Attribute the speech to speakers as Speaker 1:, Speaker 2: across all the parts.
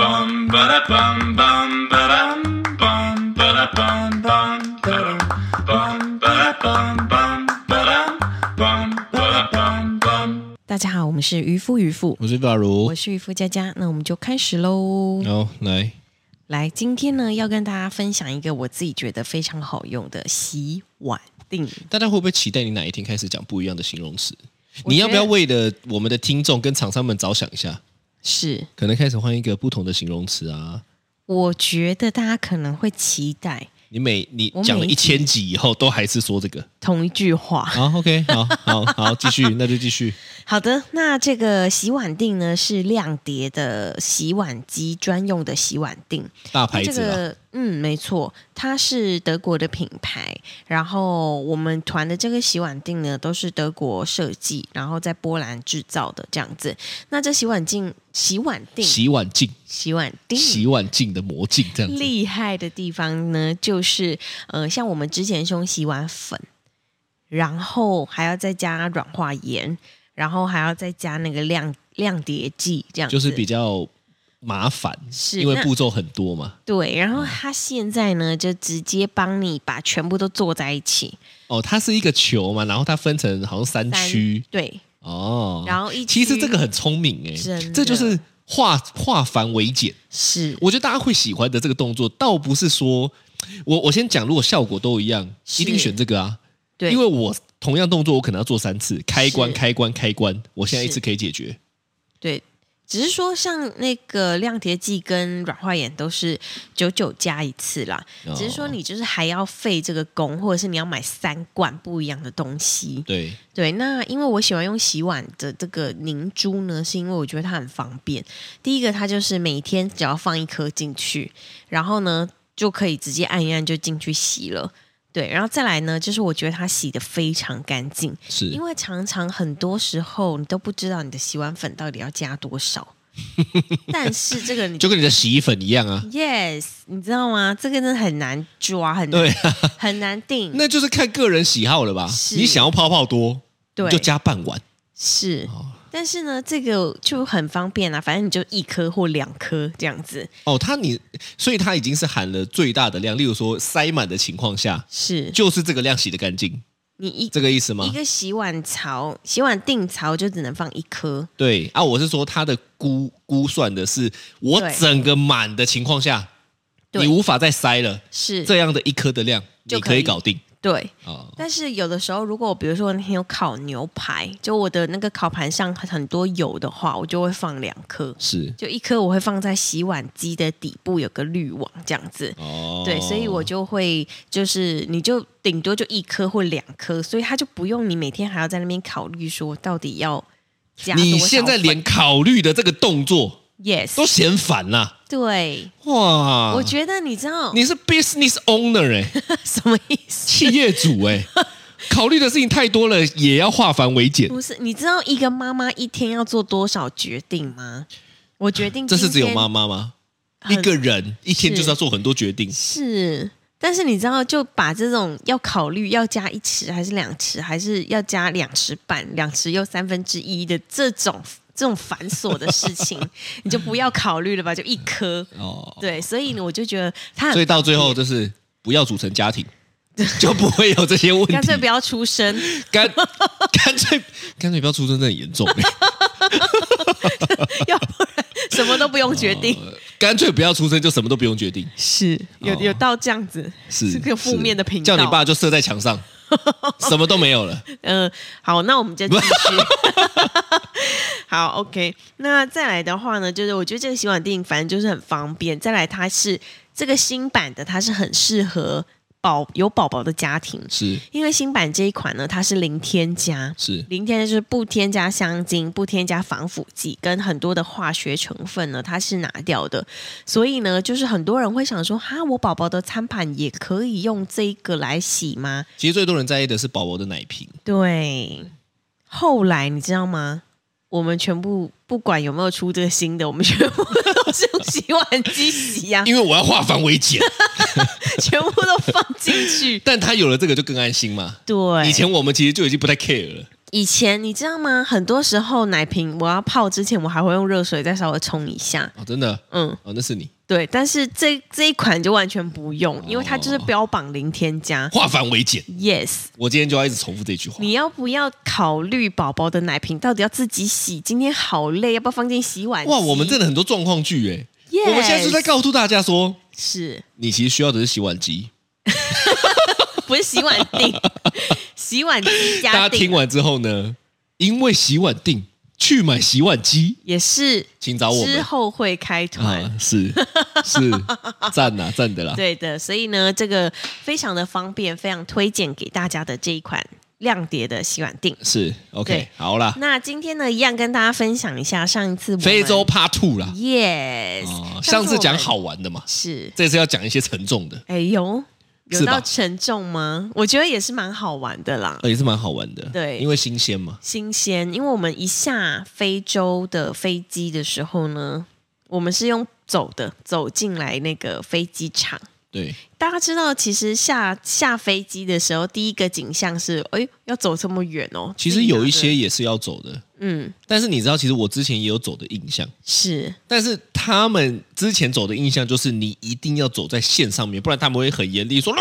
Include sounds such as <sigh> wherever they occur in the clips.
Speaker 1: bum ba da bum bum ba dum bum ba da bum bum ba dum bum ba da bum bum ba dum bum ba da bum bum.
Speaker 2: 大家好，我们是渔夫渔妇，
Speaker 3: 我是法如
Speaker 2: 我，是渔夫佳佳，那我们就开始喽。
Speaker 3: 然后来
Speaker 2: 来，今天呢要跟大家分享一个我自己觉得非常好用的洗碗定。
Speaker 3: 大家会不会期待你哪一天开始讲不一样的形容词？
Speaker 2: 我
Speaker 3: 你要不要
Speaker 2: 觉得
Speaker 3: 为了我们的听众跟厂商们着想一下？
Speaker 2: 是，
Speaker 3: 可能开始换一个不同的形容词啊！
Speaker 2: 我觉得大家可能会期待
Speaker 3: 你每你
Speaker 2: 我每
Speaker 3: 讲了
Speaker 2: 一
Speaker 3: 一
Speaker 2: 集
Speaker 3: 千集以后，都还是说这
Speaker 2: <laughs>
Speaker 3: 个
Speaker 2: 同一句话。
Speaker 3: 好 OK，好好好，继续，那就继续。
Speaker 2: 好的，那这个洗碗定呢是亮碟的洗碗机专用的洗碗定。
Speaker 3: 大
Speaker 2: 那
Speaker 3: 牌
Speaker 2: 这
Speaker 3: 子啊，
Speaker 2: 个嗯，没错，它是德国的品牌。然后我们团的这个洗碗镜呢，都是德国设计，然后在波兰制造的这样子。那这洗碗镜、洗碗定、嗯
Speaker 3: 洗碗镜，
Speaker 2: 洗碗定。
Speaker 3: 洗碗镜的魔镜这样子。
Speaker 2: 厉害的地方呢，就是呃，像我们之前是用洗碗粉，然后还要再加软化盐，然后还要再加那个亮亮碟剂，这样子
Speaker 3: 就是比较麻烦，
Speaker 2: 是
Speaker 3: 因为
Speaker 2: 那
Speaker 3: 步骤很多嘛。
Speaker 2: 对。然
Speaker 3: 嗯
Speaker 2: 后它现在呢，就直接帮你把全部都做在一起，
Speaker 3: 哦，它是一个球嘛，然后它分成好像三
Speaker 2: 三
Speaker 3: 区
Speaker 2: 对，
Speaker 3: 哦。
Speaker 2: 然后一
Speaker 3: 其实
Speaker 2: 区
Speaker 3: 这个很聪明哎、
Speaker 2: 真的
Speaker 3: 这就是化化繁为简。
Speaker 2: 是
Speaker 3: 我觉得大家会喜欢的这个动作，倒不是说我我先讲，如果效果都一样，
Speaker 2: 是
Speaker 3: 一定选这个啊。
Speaker 2: 对，
Speaker 3: 因为我同样动作，我可能要做三次，开关
Speaker 2: 是
Speaker 3: 开关开关，我现在一
Speaker 2: 是
Speaker 3: 次可以解决。
Speaker 2: 对，只是说像那个亮碟剂跟软化盐都是九九加一次啦，
Speaker 3: 哦
Speaker 2: 只是说你就是还要费这个工，或者是你要买三罐不一样的东西。
Speaker 3: 对，
Speaker 2: 对，那因为我喜欢用洗碗的这个凝珠呢，是因为我觉得它很方便。第一个，它就是每天只要放一颗进去，然后呢就可以直接按一按就进去洗了。对，然后再来呢，就是我觉得它洗的非常干净，
Speaker 3: 是
Speaker 2: 因为常常很多时候你都不知道你的洗碗粉到底要加多
Speaker 3: <laughs>
Speaker 2: 少，但是这个你
Speaker 3: 就跟你的洗衣粉一样
Speaker 2: 嗯
Speaker 3: 啊。
Speaker 2: yes，你知道吗？这个真的很难抓，很难
Speaker 3: 对
Speaker 2: <laughs>
Speaker 3: 啊，
Speaker 2: 很难定。
Speaker 3: 那就是看个人喜好了吧。
Speaker 2: 是
Speaker 3: 你想要泡泡多，
Speaker 2: 对
Speaker 3: 你就加半碗。
Speaker 2: 是
Speaker 3: 哦，
Speaker 2: 但是呢，这个就很方便啊，反正你就一颗或两颗这样子。
Speaker 3: 哦，它你，所以它已经是含了最大的量，例如说塞满的情况下，
Speaker 2: 是
Speaker 3: 就是这个量洗的干净，
Speaker 2: 你一
Speaker 3: 这个意思吗
Speaker 2: 一？个洗碗槽、洗碗定槽就只能放一颗，
Speaker 3: 对啊，我是说它的估估算的是我
Speaker 2: 对
Speaker 3: 整个满的情况下，
Speaker 2: 对
Speaker 3: 你无法再塞了，
Speaker 2: 是
Speaker 3: 这样的一颗的量
Speaker 2: 就
Speaker 3: 你
Speaker 2: 可以
Speaker 3: 可以搞定
Speaker 2: 对。
Speaker 3: 啊、哦
Speaker 2: 但是有的时候，如果我比如说我那天有烤牛排，就我的那个烤盘上很多油的话，我就会放两颗，
Speaker 3: 是
Speaker 2: 就一颗我会放在洗碗机的底部有个滤网这样子。
Speaker 3: 哦，
Speaker 2: 对，所以我就会就是，你就顶多就一颗或两颗，所以它就不用你每天还要在那边考虑说到底要加多少
Speaker 3: 你现在连考虑的这个动作
Speaker 2: 粉 yes
Speaker 3: 都嫌烦啦、
Speaker 2: 对，
Speaker 3: 哇！
Speaker 2: 我觉得你知道
Speaker 3: 你是 business owner 哎、
Speaker 2: <laughs> 什么意思？
Speaker 3: 企业主哎、考虑的事情太多了，也要化繁为简。
Speaker 2: 不是，你知道一个妈妈一天要做多少决定吗？我决定
Speaker 3: 这是只有
Speaker 2: 今天
Speaker 3: 妈妈吗？
Speaker 2: 很
Speaker 3: 一个人一天
Speaker 2: 是
Speaker 3: 就是要做很多决定，
Speaker 2: 是，但是你知道，就把这种要考虑要加一匙还是两匙，还是要加两匙半、两匙又三分之一的这种这种繁琐的事情，你就不要考虑了吧，就一颗。
Speaker 3: 哦，
Speaker 2: 对，所以呢，我就觉得他
Speaker 3: <laughs> 所以到最后就是不要组成家庭，就不会有这些问题。
Speaker 2: 干脆不要出声，
Speaker 3: 干干脆干脆不要出生，真的很严重。
Speaker 2: 要不然什么都不用 <laughs> 决定。
Speaker 3: 呃干脆不要出生，就什么都不用决定。
Speaker 2: 是有有
Speaker 3: 哦
Speaker 2: 到这样子，
Speaker 3: 是
Speaker 2: 这个负
Speaker 3: 是
Speaker 2: 面的频道。
Speaker 3: 叫你爸就射在
Speaker 2: <laughs>
Speaker 3: 墙上，什么都没有了。
Speaker 2: 嗯，好，那我们就继续。 <laughs> 好，OK。那再来的话呢，就是我觉得这个洗碗定反正就是很方便。再来，它是这个新版的，它是很适合宝有宝宝的家庭，
Speaker 3: 是
Speaker 2: 因为新版这一款呢，它是零添加。
Speaker 3: 是
Speaker 2: 零添加就是不添加香精、不添加防腐剂，跟很多的化学成分呢，它是拿掉的。所以呢，就是很多人会想说，哈，我宝宝的餐盘也可以用这一个来洗吗？
Speaker 3: 其实最多人在意的是宝宝的奶瓶。
Speaker 2: 对，后来你知道吗？我们全部不管有没有出这个新的，我们全部都是用洗碗机洗呀、
Speaker 3: <laughs> 因为我要化繁为
Speaker 2: <laughs>
Speaker 3: 简，
Speaker 2: 全部都放进去。
Speaker 3: <laughs> 但他有了这个就更安心嘛。
Speaker 2: 对，
Speaker 3: 以前我们其实就已经不太 care 了，
Speaker 2: 以前你知道吗？很多时候奶瓶我要泡之前，我还会用热水再稍微冲一下。
Speaker 3: 哦，真的
Speaker 2: 嗯，
Speaker 3: 哦，那是你
Speaker 2: 对，但是这这一款就完全不
Speaker 3: 哦
Speaker 2: 用，因为它就是标榜零添加。
Speaker 3: 化繁为简。
Speaker 2: Yes，
Speaker 3: 我今天就要一直重复这句话。
Speaker 2: 你要不要考虑宝宝的奶瓶到底要自己洗？今天好累，要不要放进洗碗机？
Speaker 3: 哇，我们真的很多状况剧哎
Speaker 2: Yes
Speaker 3: 我们现在就在告诉大家说，
Speaker 2: 是
Speaker 3: 你其实需要的是洗碗机。
Speaker 2: 不是洗碗
Speaker 3: <laughs>
Speaker 2: 定？洗碗机
Speaker 3: 大家
Speaker 2: 加
Speaker 3: 听
Speaker 2: 定
Speaker 3: 完之后呢，因为洗碗定去买洗碗机，
Speaker 2: 也是
Speaker 3: 请找我
Speaker 2: 之
Speaker 3: 们
Speaker 2: 后会开团。
Speaker 3: 啊，是 <laughs> 是赞呐、赞的啦。
Speaker 2: 对的，所以呢，这个非常的方便，非常推荐给大家的这一款亮碟的洗碗定。
Speaker 3: 是 OK，
Speaker 2: 对
Speaker 3: 好啦，
Speaker 2: 那今天呢，一样跟大家分享一下上一次我们
Speaker 3: 非洲 Part Two 啦。
Speaker 2: ，yes，、
Speaker 3: 哦，
Speaker 2: 上
Speaker 3: 上次
Speaker 2: 我
Speaker 3: 讲
Speaker 2: 们
Speaker 3: 好玩的嘛，
Speaker 2: 是，
Speaker 3: 这次要讲一些沉重的，
Speaker 2: 哎呦，有
Speaker 3: 是吧
Speaker 2: 到沉重吗？我觉得也是蛮好玩的啦。
Speaker 3: 呃也是蛮好玩的。
Speaker 2: 对
Speaker 3: 因为新鲜嘛。
Speaker 2: 新鲜，因为我们一下非洲的飞机的时候呢，我们是用走的走进来那个飞机场。
Speaker 3: 对，
Speaker 2: 大家知道，其实下下飞机的时候，第一个景象是，哎，要走这么远哦。
Speaker 3: 其实有一
Speaker 2: 自己
Speaker 3: 些也是要走的，
Speaker 2: 拿着，嗯，
Speaker 3: 但是你知道，其实我之前也有走的印象，
Speaker 2: 是
Speaker 3: 但是他们之前走的印象就是你一定要走在线上面，不然他们会很严厉说，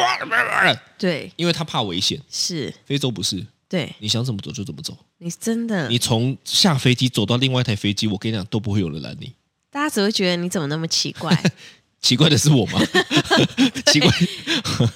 Speaker 2: 对，
Speaker 3: 因为他怕危险。
Speaker 2: 是，
Speaker 3: 非洲不是，
Speaker 2: 对，
Speaker 3: 你想怎么走就怎么走，
Speaker 2: 你真的，
Speaker 3: 你从下飞机走到另外一台飞机，我跟你讲都不会有人拦你。
Speaker 2: 大家只会觉得你怎么那么奇
Speaker 3: <laughs>
Speaker 2: 怪，
Speaker 3: 奇怪的是我吗？ <laughs> 奇怪，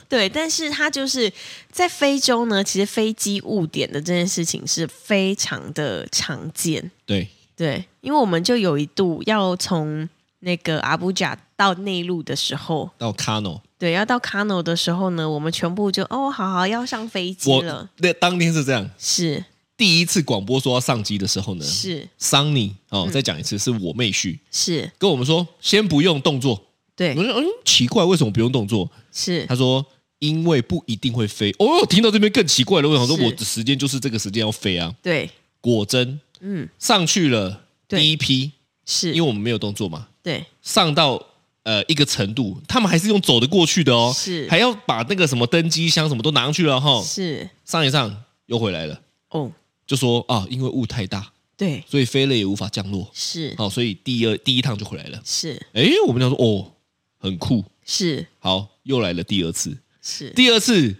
Speaker 2: 对。但是它就是在非洲呢，其实飞机误点的这件事情是非常的常见，
Speaker 3: 对，
Speaker 2: 对，因为我们就有一度要从那个阿布贾到内陆的时候，
Speaker 3: 到 Kano，
Speaker 2: 对，要到卡诺的时候呢，我们全部就哦，好好要上飞机
Speaker 3: 我
Speaker 2: 了，
Speaker 3: 那当天是这样，
Speaker 2: 是
Speaker 3: 第一次广播说要上机的时候呢，
Speaker 2: 是嗯
Speaker 3: 桑尼哦，再讲一次，是我妹婿
Speaker 2: 是，
Speaker 3: 跟我们说，先不用动作。我
Speaker 2: 对，
Speaker 3: 说，嗯，奇怪，为什么不用动作？
Speaker 2: 是
Speaker 3: 他说，因为不一定会飞。哦，听到这边更奇怪了，我想说，
Speaker 2: 是
Speaker 3: 我的时间就是这个时间要飞啊。
Speaker 2: 对，
Speaker 3: 果真
Speaker 2: 嗯，
Speaker 3: 上去了
Speaker 2: 对
Speaker 3: 第一批，
Speaker 2: 是
Speaker 3: 因为我们没有动作嘛，
Speaker 2: 对
Speaker 3: 上到呃一个程度，他们还是用走的过去的哦，
Speaker 2: 是
Speaker 3: 还要把那个什么登机箱什么都拿上去了哈、
Speaker 2: 是
Speaker 3: 上一上又回来了，
Speaker 2: 哦，
Speaker 3: 就说啊，因为雾太大，
Speaker 2: 对，
Speaker 3: 所以飞了也无法降落，
Speaker 2: 是
Speaker 3: 好、所以第二第一趟就回来了。
Speaker 2: 是
Speaker 3: 诶，我们讲说哦，很酷，
Speaker 2: 是
Speaker 3: 好，又来了第二次，
Speaker 2: 是，
Speaker 3: 第二次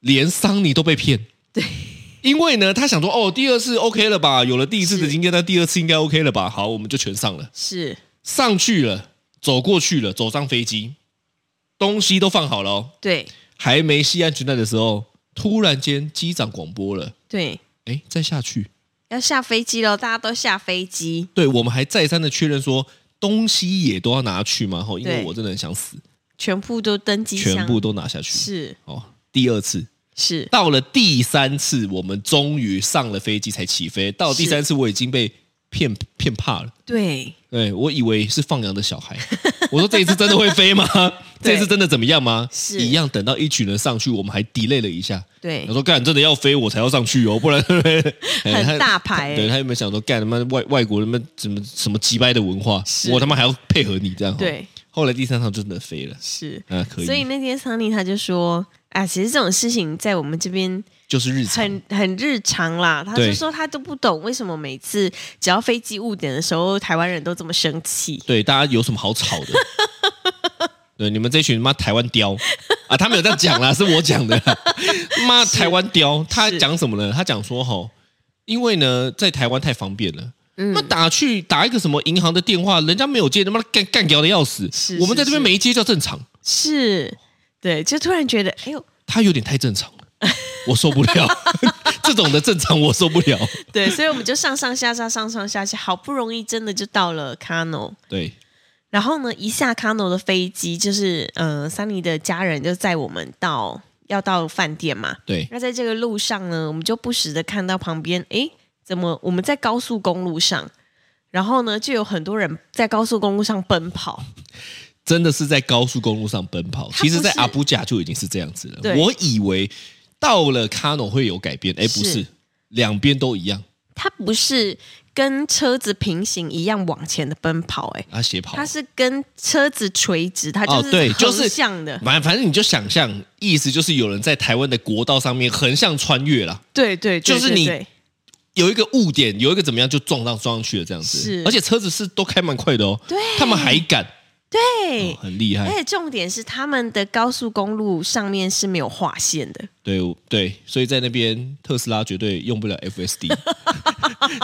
Speaker 3: 连桑尼都被骗，
Speaker 2: <laughs> 对，
Speaker 3: 因为呢，他想说哦，第二次 OK 了吧，有了第一次的
Speaker 2: 是
Speaker 3: 经验，那第二次应该 OK 了吧，好，我们就全上了。
Speaker 2: 是
Speaker 3: 上去了，走过去了，走上飞机，东西都放好了、哦，
Speaker 2: 对
Speaker 3: 还没系安全带的时候，突然间机长广播了，
Speaker 2: 对，
Speaker 3: 哎，再下去。
Speaker 2: 要下飞机喽，大家都下飞机，
Speaker 3: 对，我们还再三的确认说，东西也都要拿去吗？哦吼，因为
Speaker 2: 对
Speaker 3: 我真的很想死，
Speaker 2: 全部都登机箱，
Speaker 3: 全部都拿下去。
Speaker 2: 是
Speaker 3: 哦，第二次
Speaker 2: 是
Speaker 3: 到了第三次，我们终于上了飞机才起飞。到第
Speaker 2: 是
Speaker 3: 三次，我已经被骗骗怕了。
Speaker 2: 对
Speaker 3: 对，我以为是放羊的小孩。 <laughs> 我说这一次真的会飞吗？
Speaker 2: <laughs> 对
Speaker 3: 这次真的怎么样吗？
Speaker 2: 是
Speaker 3: 一样。等到一群人上去，我们还 delay 了一下。
Speaker 2: 对
Speaker 3: 他，说：“干，真的要飞我才要上去哦，
Speaker 2: <laughs>
Speaker 3: 不然哎他
Speaker 2: 很大牌
Speaker 3: 对
Speaker 2: 欸，
Speaker 3: 他有没有想说，干他妈外外国人们怎么什么鸡掰的文化，
Speaker 2: 是
Speaker 3: 我他妈还要配合你这样、哦？。
Speaker 2: 对
Speaker 3: 后来第三趟就真的飞了，
Speaker 2: 是，
Speaker 3: 啊，可以，
Speaker 2: 所以那天桑尼他就说。啊，其实这种事情在我们这边
Speaker 3: 就是日常。
Speaker 2: 很很日常啦。他
Speaker 3: 对
Speaker 2: 就说他都不懂为什么每次只要飞机误点的时候，台湾人都这么生气。
Speaker 3: 对，大家有什么好吵的？
Speaker 2: <laughs>
Speaker 3: 对，你们这群妈台湾雕啊，他没有这样
Speaker 2: <laughs>
Speaker 3: 讲啦，是我讲的啦。妈台湾雕，他
Speaker 2: 是
Speaker 3: 讲什么呢？他讲说吼，因为呢，在台湾太方便了。
Speaker 2: 嗯
Speaker 3: 那打去打一个什么银行的电话，人家没有接，他妈干干掉的要死。
Speaker 2: 是
Speaker 3: 我们在这边
Speaker 2: 是
Speaker 3: 没接叫正常，
Speaker 2: 是，对，就突然觉得，哎呦，
Speaker 3: 他有点太正常了，我受不
Speaker 2: <laughs>
Speaker 3: 了。这种的正常我受不了。
Speaker 2: 对，所以我们就上上下下上上下下，好不容易真的就到了 Cano。
Speaker 3: 对，
Speaker 2: 然后呢，一下 Cano 的飞机，就是呃，桑尼的家人就载我们到要到饭店嘛。
Speaker 3: 对，
Speaker 2: 那在这个路上呢，我们就不时的看到旁边，诶，怎么我们在高速公路上？然后呢，就有很多人在高速公路上奔跑，
Speaker 3: 真的是在高速公路上奔跑。
Speaker 2: 他不
Speaker 3: 其
Speaker 2: 是
Speaker 3: 实，在阿布贾就已经是这样子了。
Speaker 2: 对
Speaker 3: 我以为到了卡农会有改变，哎，不是
Speaker 2: 是，
Speaker 3: 两边都一样
Speaker 2: 它不是跟车子平行一样往前的奔跑、诶，
Speaker 3: 啊，斜跑
Speaker 2: 它。是跟车子垂直，它
Speaker 3: 哦
Speaker 2: 就，
Speaker 3: 对，
Speaker 2: 是
Speaker 3: 就是
Speaker 2: 横向的，
Speaker 3: 反反正你就想象，意思就是有人在台湾的国道上面横向穿越啦。
Speaker 2: 对对对，
Speaker 3: 就是
Speaker 2: 对
Speaker 3: 你
Speaker 2: 对
Speaker 3: 有一个误点，有一个怎么样就撞上撞上去了这样子，
Speaker 2: 是
Speaker 3: 而且车子是都开蛮快的哦，
Speaker 2: 对
Speaker 3: 他们还敢，
Speaker 2: 对，哎
Speaker 3: 哦很厉害
Speaker 2: 而，且重点是他们的高速公路上面是没有划线的，
Speaker 3: 对我对，所以在那边特斯拉绝对用不了 FSD，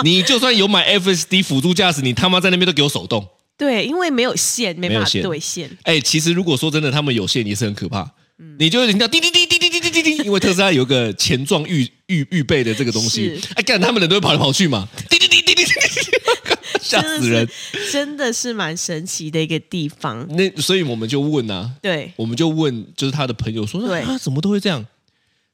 Speaker 3: 你就算有买 FSD 辅助驾驶，你他妈在那边都给我手动。
Speaker 2: 对，因为没有线，没
Speaker 3: 没有
Speaker 2: 办法
Speaker 3: 线
Speaker 2: 对线，
Speaker 3: 哎、其实如果说真的，他们有线也是很可怕。你就会听到滴滴滴滴滴滴滴滴滴，因为特斯拉有个前撞预预预备的这个东西
Speaker 2: 是，
Speaker 3: 哎，干他们人都会跑来跑去嘛，滴滴滴滴滴
Speaker 2: <laughs>
Speaker 3: 滴滴滴，吓死人！
Speaker 2: 真的是，真的是蛮神奇的一个地方。
Speaker 3: 那所以我们就问啊，
Speaker 2: 对，
Speaker 3: 我们就问就是他的朋友说，
Speaker 2: 对嗯
Speaker 3: 啊，怎么都会这样？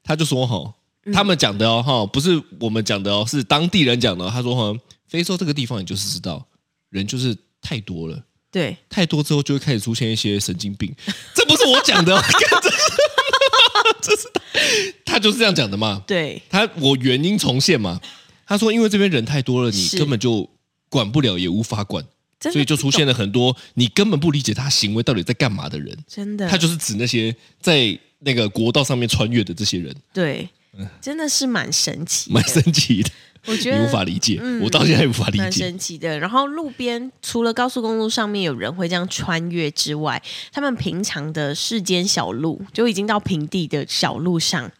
Speaker 3: 他就说哈，他们讲的哦哈，不是我们讲的哦，是当地人讲的哦、他说哈，非洲这个地方你就是知道，人就是太多了。
Speaker 2: 对，
Speaker 3: 太多之后就会开始出现一些神经病，这不是我
Speaker 2: <laughs>
Speaker 3: 讲的哦，干这是这是他他就是这样讲的嘛。
Speaker 2: 对，
Speaker 3: 他我原因重现嘛，他说因为这边人太多了，你
Speaker 2: 是
Speaker 3: 根本就管不了，也无法管，
Speaker 2: 真的
Speaker 3: 所以就出现了很多你根本不理解他行为到底在干嘛的人。
Speaker 2: 真的，
Speaker 3: 他就是指那些在那个国道上面穿越的这些人，
Speaker 2: 对，真的是蛮神奇的，
Speaker 3: 嗯蛮神
Speaker 2: <laughs>
Speaker 3: 奇的，
Speaker 2: 我觉
Speaker 3: 你
Speaker 2: 得
Speaker 3: 无法理解，
Speaker 2: 嗯
Speaker 3: 我到现在也无法理
Speaker 2: 蛮
Speaker 3: 解。
Speaker 2: 神奇的。然后路边除了高速公路上面有人会这样穿越之外，他们平常的世间小路就已经到平地的小路上，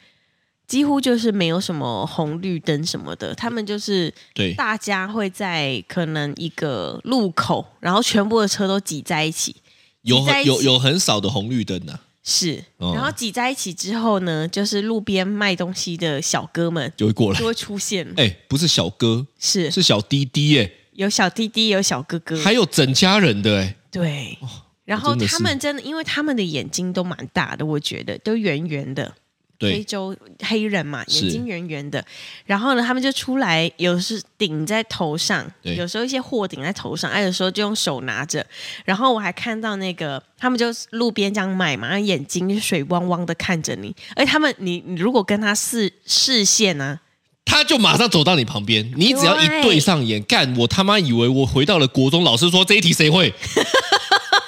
Speaker 2: 几乎就是没有什么红绿灯什么的。他们就是
Speaker 3: 对
Speaker 2: 大家会在可能一个路口，然后全部的车都挤在一起，
Speaker 3: 有
Speaker 2: 在一
Speaker 3: 很
Speaker 2: 起
Speaker 3: 有有很少的红绿灯呐、
Speaker 2: 是，
Speaker 3: 哦
Speaker 2: 然后挤在一起之后呢，就是路边卖东西的小哥们
Speaker 3: 就会过来
Speaker 2: 就。会出现，
Speaker 3: 哎、不是小哥，
Speaker 2: 是
Speaker 3: 是小滴滴耶、
Speaker 2: 有小弟弟，有小哥哥，
Speaker 3: 嗯还有整家人的哎、
Speaker 2: 对，然后
Speaker 3: 真的
Speaker 2: 他
Speaker 3: 是
Speaker 2: 们真的，因为他们的眼睛都蛮大的，我觉得都圆圆的，非
Speaker 3: 对，
Speaker 2: 洲黑人嘛，
Speaker 3: 是
Speaker 2: 眼睛圆圆的。然后呢，他们就出来，有时顶在头上，
Speaker 3: 对
Speaker 2: 有时候一些货顶在头上，还有时候就用手拿着。然后我还看到那个，他们就路边这样卖嘛，然后眼睛就水汪汪的看着你，而且他们，你你如果跟他视视线啊呢、
Speaker 3: 他就马上走到你旁边，你只要一
Speaker 2: 对
Speaker 3: 对上眼，干，我他妈以为我回到了国中，老师说这一题
Speaker 2: <laughs>
Speaker 3: 谁会？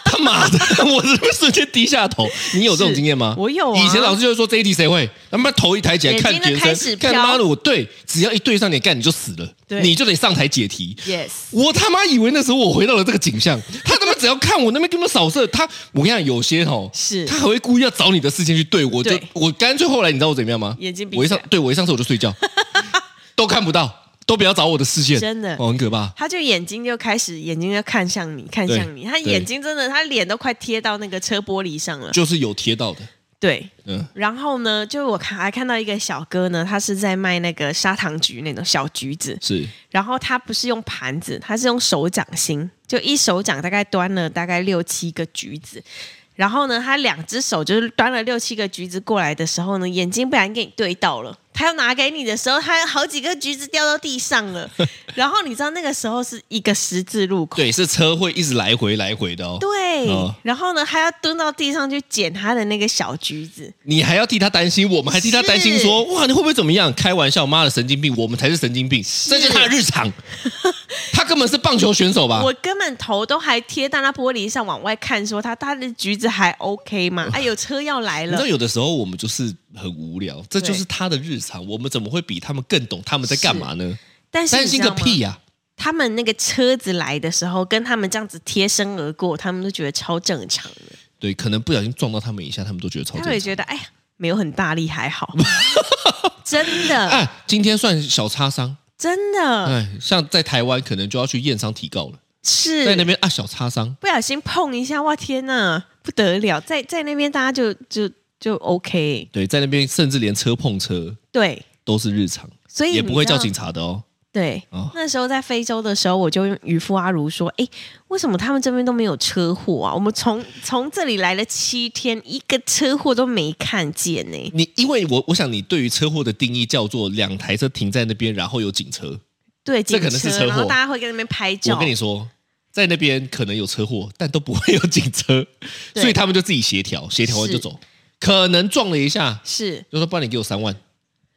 Speaker 3: 他妈的，我是不是瞬间低下头？你有这种经验吗？
Speaker 2: 我有啊
Speaker 3: 以前老师就会说这一题谁会，他妈头一抬起来
Speaker 2: 眼
Speaker 3: 看
Speaker 2: 睛就
Speaker 3: 学
Speaker 2: 开始
Speaker 3: 生，干
Speaker 2: 飘
Speaker 3: 妈的我对，只要一对上眼，干你就死了，
Speaker 2: 对
Speaker 3: 你就得上台解题。
Speaker 2: y e s
Speaker 3: 我他妈以为那时候我回到了这个景象，他他妈只要看我那边根本扫射，他我跟你讲，有些吼、
Speaker 2: 是
Speaker 3: 他还会故意要找你的视线去对我就，
Speaker 2: 对
Speaker 3: 我干脆后来你知道我怎么样吗？
Speaker 2: 眼睛闭起来
Speaker 3: 我一上对我一上车我就睡觉， <laughs> 都看不到，都不要找我的视线，
Speaker 2: 真的
Speaker 3: 哦，很可怕。
Speaker 2: 他就眼睛就开始，眼睛就看向你，看
Speaker 3: 对
Speaker 2: 向你。他
Speaker 3: 对
Speaker 2: 眼睛真的，他脸都快贴到那个车玻璃上了。
Speaker 3: 就是有贴到的，
Speaker 2: 对，
Speaker 3: 嗯，
Speaker 2: 然后呢，就我看哎还看到一个小哥呢，他是在卖那个砂糖橘那种小橘子，
Speaker 3: 是
Speaker 2: 然后他不是用盘子，他是用手掌心，就一手掌大概端了大概六七个橘子。然后呢，他两只手就是端了六七个橘子过来的时候呢，眼睛不然给你对到了。他要拿给你的时候，他有好几个橘子掉到地上了。然后你知道那个时候是一个十字路口，
Speaker 3: 对，是车会一直来回来回的哦。
Speaker 2: 对。
Speaker 3: 哦
Speaker 2: 然后呢，他要蹲到地上去捡他的那个小橘子。
Speaker 3: 你还要替他担心，我们还替他担心
Speaker 2: 是
Speaker 3: 说，哇，你会不会怎么样？开玩笑，妈的神经病，我们才是神经病，这就是他的日常。他根本是棒球选手
Speaker 2: <laughs>
Speaker 3: 吧？
Speaker 2: 我根本头都还贴到那玻璃上往外看，说他他的橘子还 OK
Speaker 3: <laughs>
Speaker 2: 吗？哎，有车要来
Speaker 3: 你知道，
Speaker 2: 了，
Speaker 3: 有的时候我们就是很无聊，这就是他的日常。我们怎么会比他们更懂他们在干嘛呢？
Speaker 2: 但是
Speaker 3: 担
Speaker 2: 你知
Speaker 3: 心
Speaker 2: 道
Speaker 3: 个
Speaker 2: 吗？
Speaker 3: 屁呀、
Speaker 2: 他们那个车子来的时候，跟他们这样子贴身而过，他们都觉得超正常的，
Speaker 3: 对，可能不小心撞到他们一下，他们都觉得超
Speaker 2: 他
Speaker 3: 正
Speaker 2: 们也
Speaker 3: 常。
Speaker 2: 觉得哎呀，没有很大力还
Speaker 3: <laughs>
Speaker 2: 好，真的
Speaker 3: 哎，今天算小擦伤，
Speaker 2: 真的
Speaker 3: 哎，像在台湾可能就要去验伤提告了，在那
Speaker 2: 是
Speaker 3: 边啊小擦伤，
Speaker 2: 不小心碰一下，哇天呐，不得了，在在那边大家就就就 OK，
Speaker 3: 对，在那边甚至连车碰车
Speaker 2: 对，
Speaker 3: 都是日常，
Speaker 2: 所以
Speaker 3: 也不会叫
Speaker 2: 警。
Speaker 3: 警察的哦。
Speaker 2: 对，
Speaker 3: 哦
Speaker 2: 那时候在非洲的时候，我就用渔夫阿如说：“哎，为什么他们这边都没有车祸啊？我们从从这里来了七天，一个车祸都没看见呢、
Speaker 3: 你因为我我想你对于车祸的定义叫做两台车停在那边，然后有警车。
Speaker 2: 对，警
Speaker 3: 这可能是车祸
Speaker 2: 然后大家会在那边拍照。
Speaker 3: 我跟你说，在那边可能有车祸，但都不会有警车，
Speaker 2: <laughs> 对
Speaker 3: 所以他们就自己协调，协调完就走。可能撞了一下，
Speaker 2: 是，
Speaker 3: 就说不然你给我三万。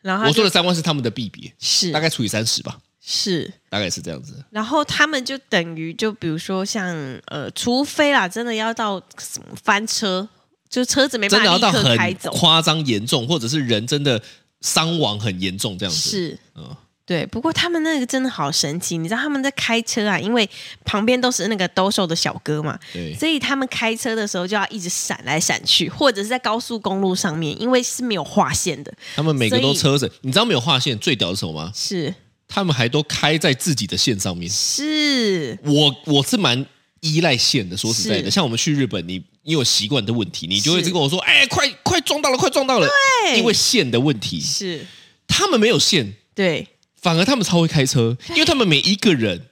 Speaker 2: 然后他
Speaker 3: 我说
Speaker 2: 就
Speaker 3: 的三万是他们的币别，
Speaker 2: 是
Speaker 3: 大概除以三十吧，
Speaker 2: 是，
Speaker 3: 大概是这样子。
Speaker 2: 然后他们就等于就比如说像呃，除非啦，真的要到什么翻车，就车子没
Speaker 3: 真
Speaker 2: 办
Speaker 3: 的
Speaker 2: 法
Speaker 3: 要
Speaker 2: 立
Speaker 3: 到
Speaker 2: 刻开
Speaker 3: 很
Speaker 2: 走，
Speaker 3: 夸张严重，或者是人真的伤亡很严重这样子。
Speaker 2: 是。
Speaker 3: 嗯
Speaker 2: 对，不过他们那个真的好神奇，你知道他们在开车啊，因为旁边都是那个兜售的小哥嘛，
Speaker 3: 对
Speaker 2: 所以他们开车的时候就要一直闪来闪去，或者是在高速公路上面，因为是没有划线的，
Speaker 3: 他们每个都
Speaker 2: 所
Speaker 3: 车神，你知道没有划线最屌是什么吗？
Speaker 2: 是
Speaker 3: 他们还都开在自己的线上面。
Speaker 2: 是，
Speaker 3: 我我是蛮依赖线的，说实在的，
Speaker 2: 是
Speaker 3: 像我们去日本，你你有习惯的问题，你就会一直
Speaker 2: 是
Speaker 3: 跟我说，哎，快快撞到了，快撞到了，
Speaker 2: 对
Speaker 3: 因为线的问题，
Speaker 2: 是，
Speaker 3: 他们没有线，
Speaker 2: 对，
Speaker 3: 反而他们超会开车，因为他们每一个人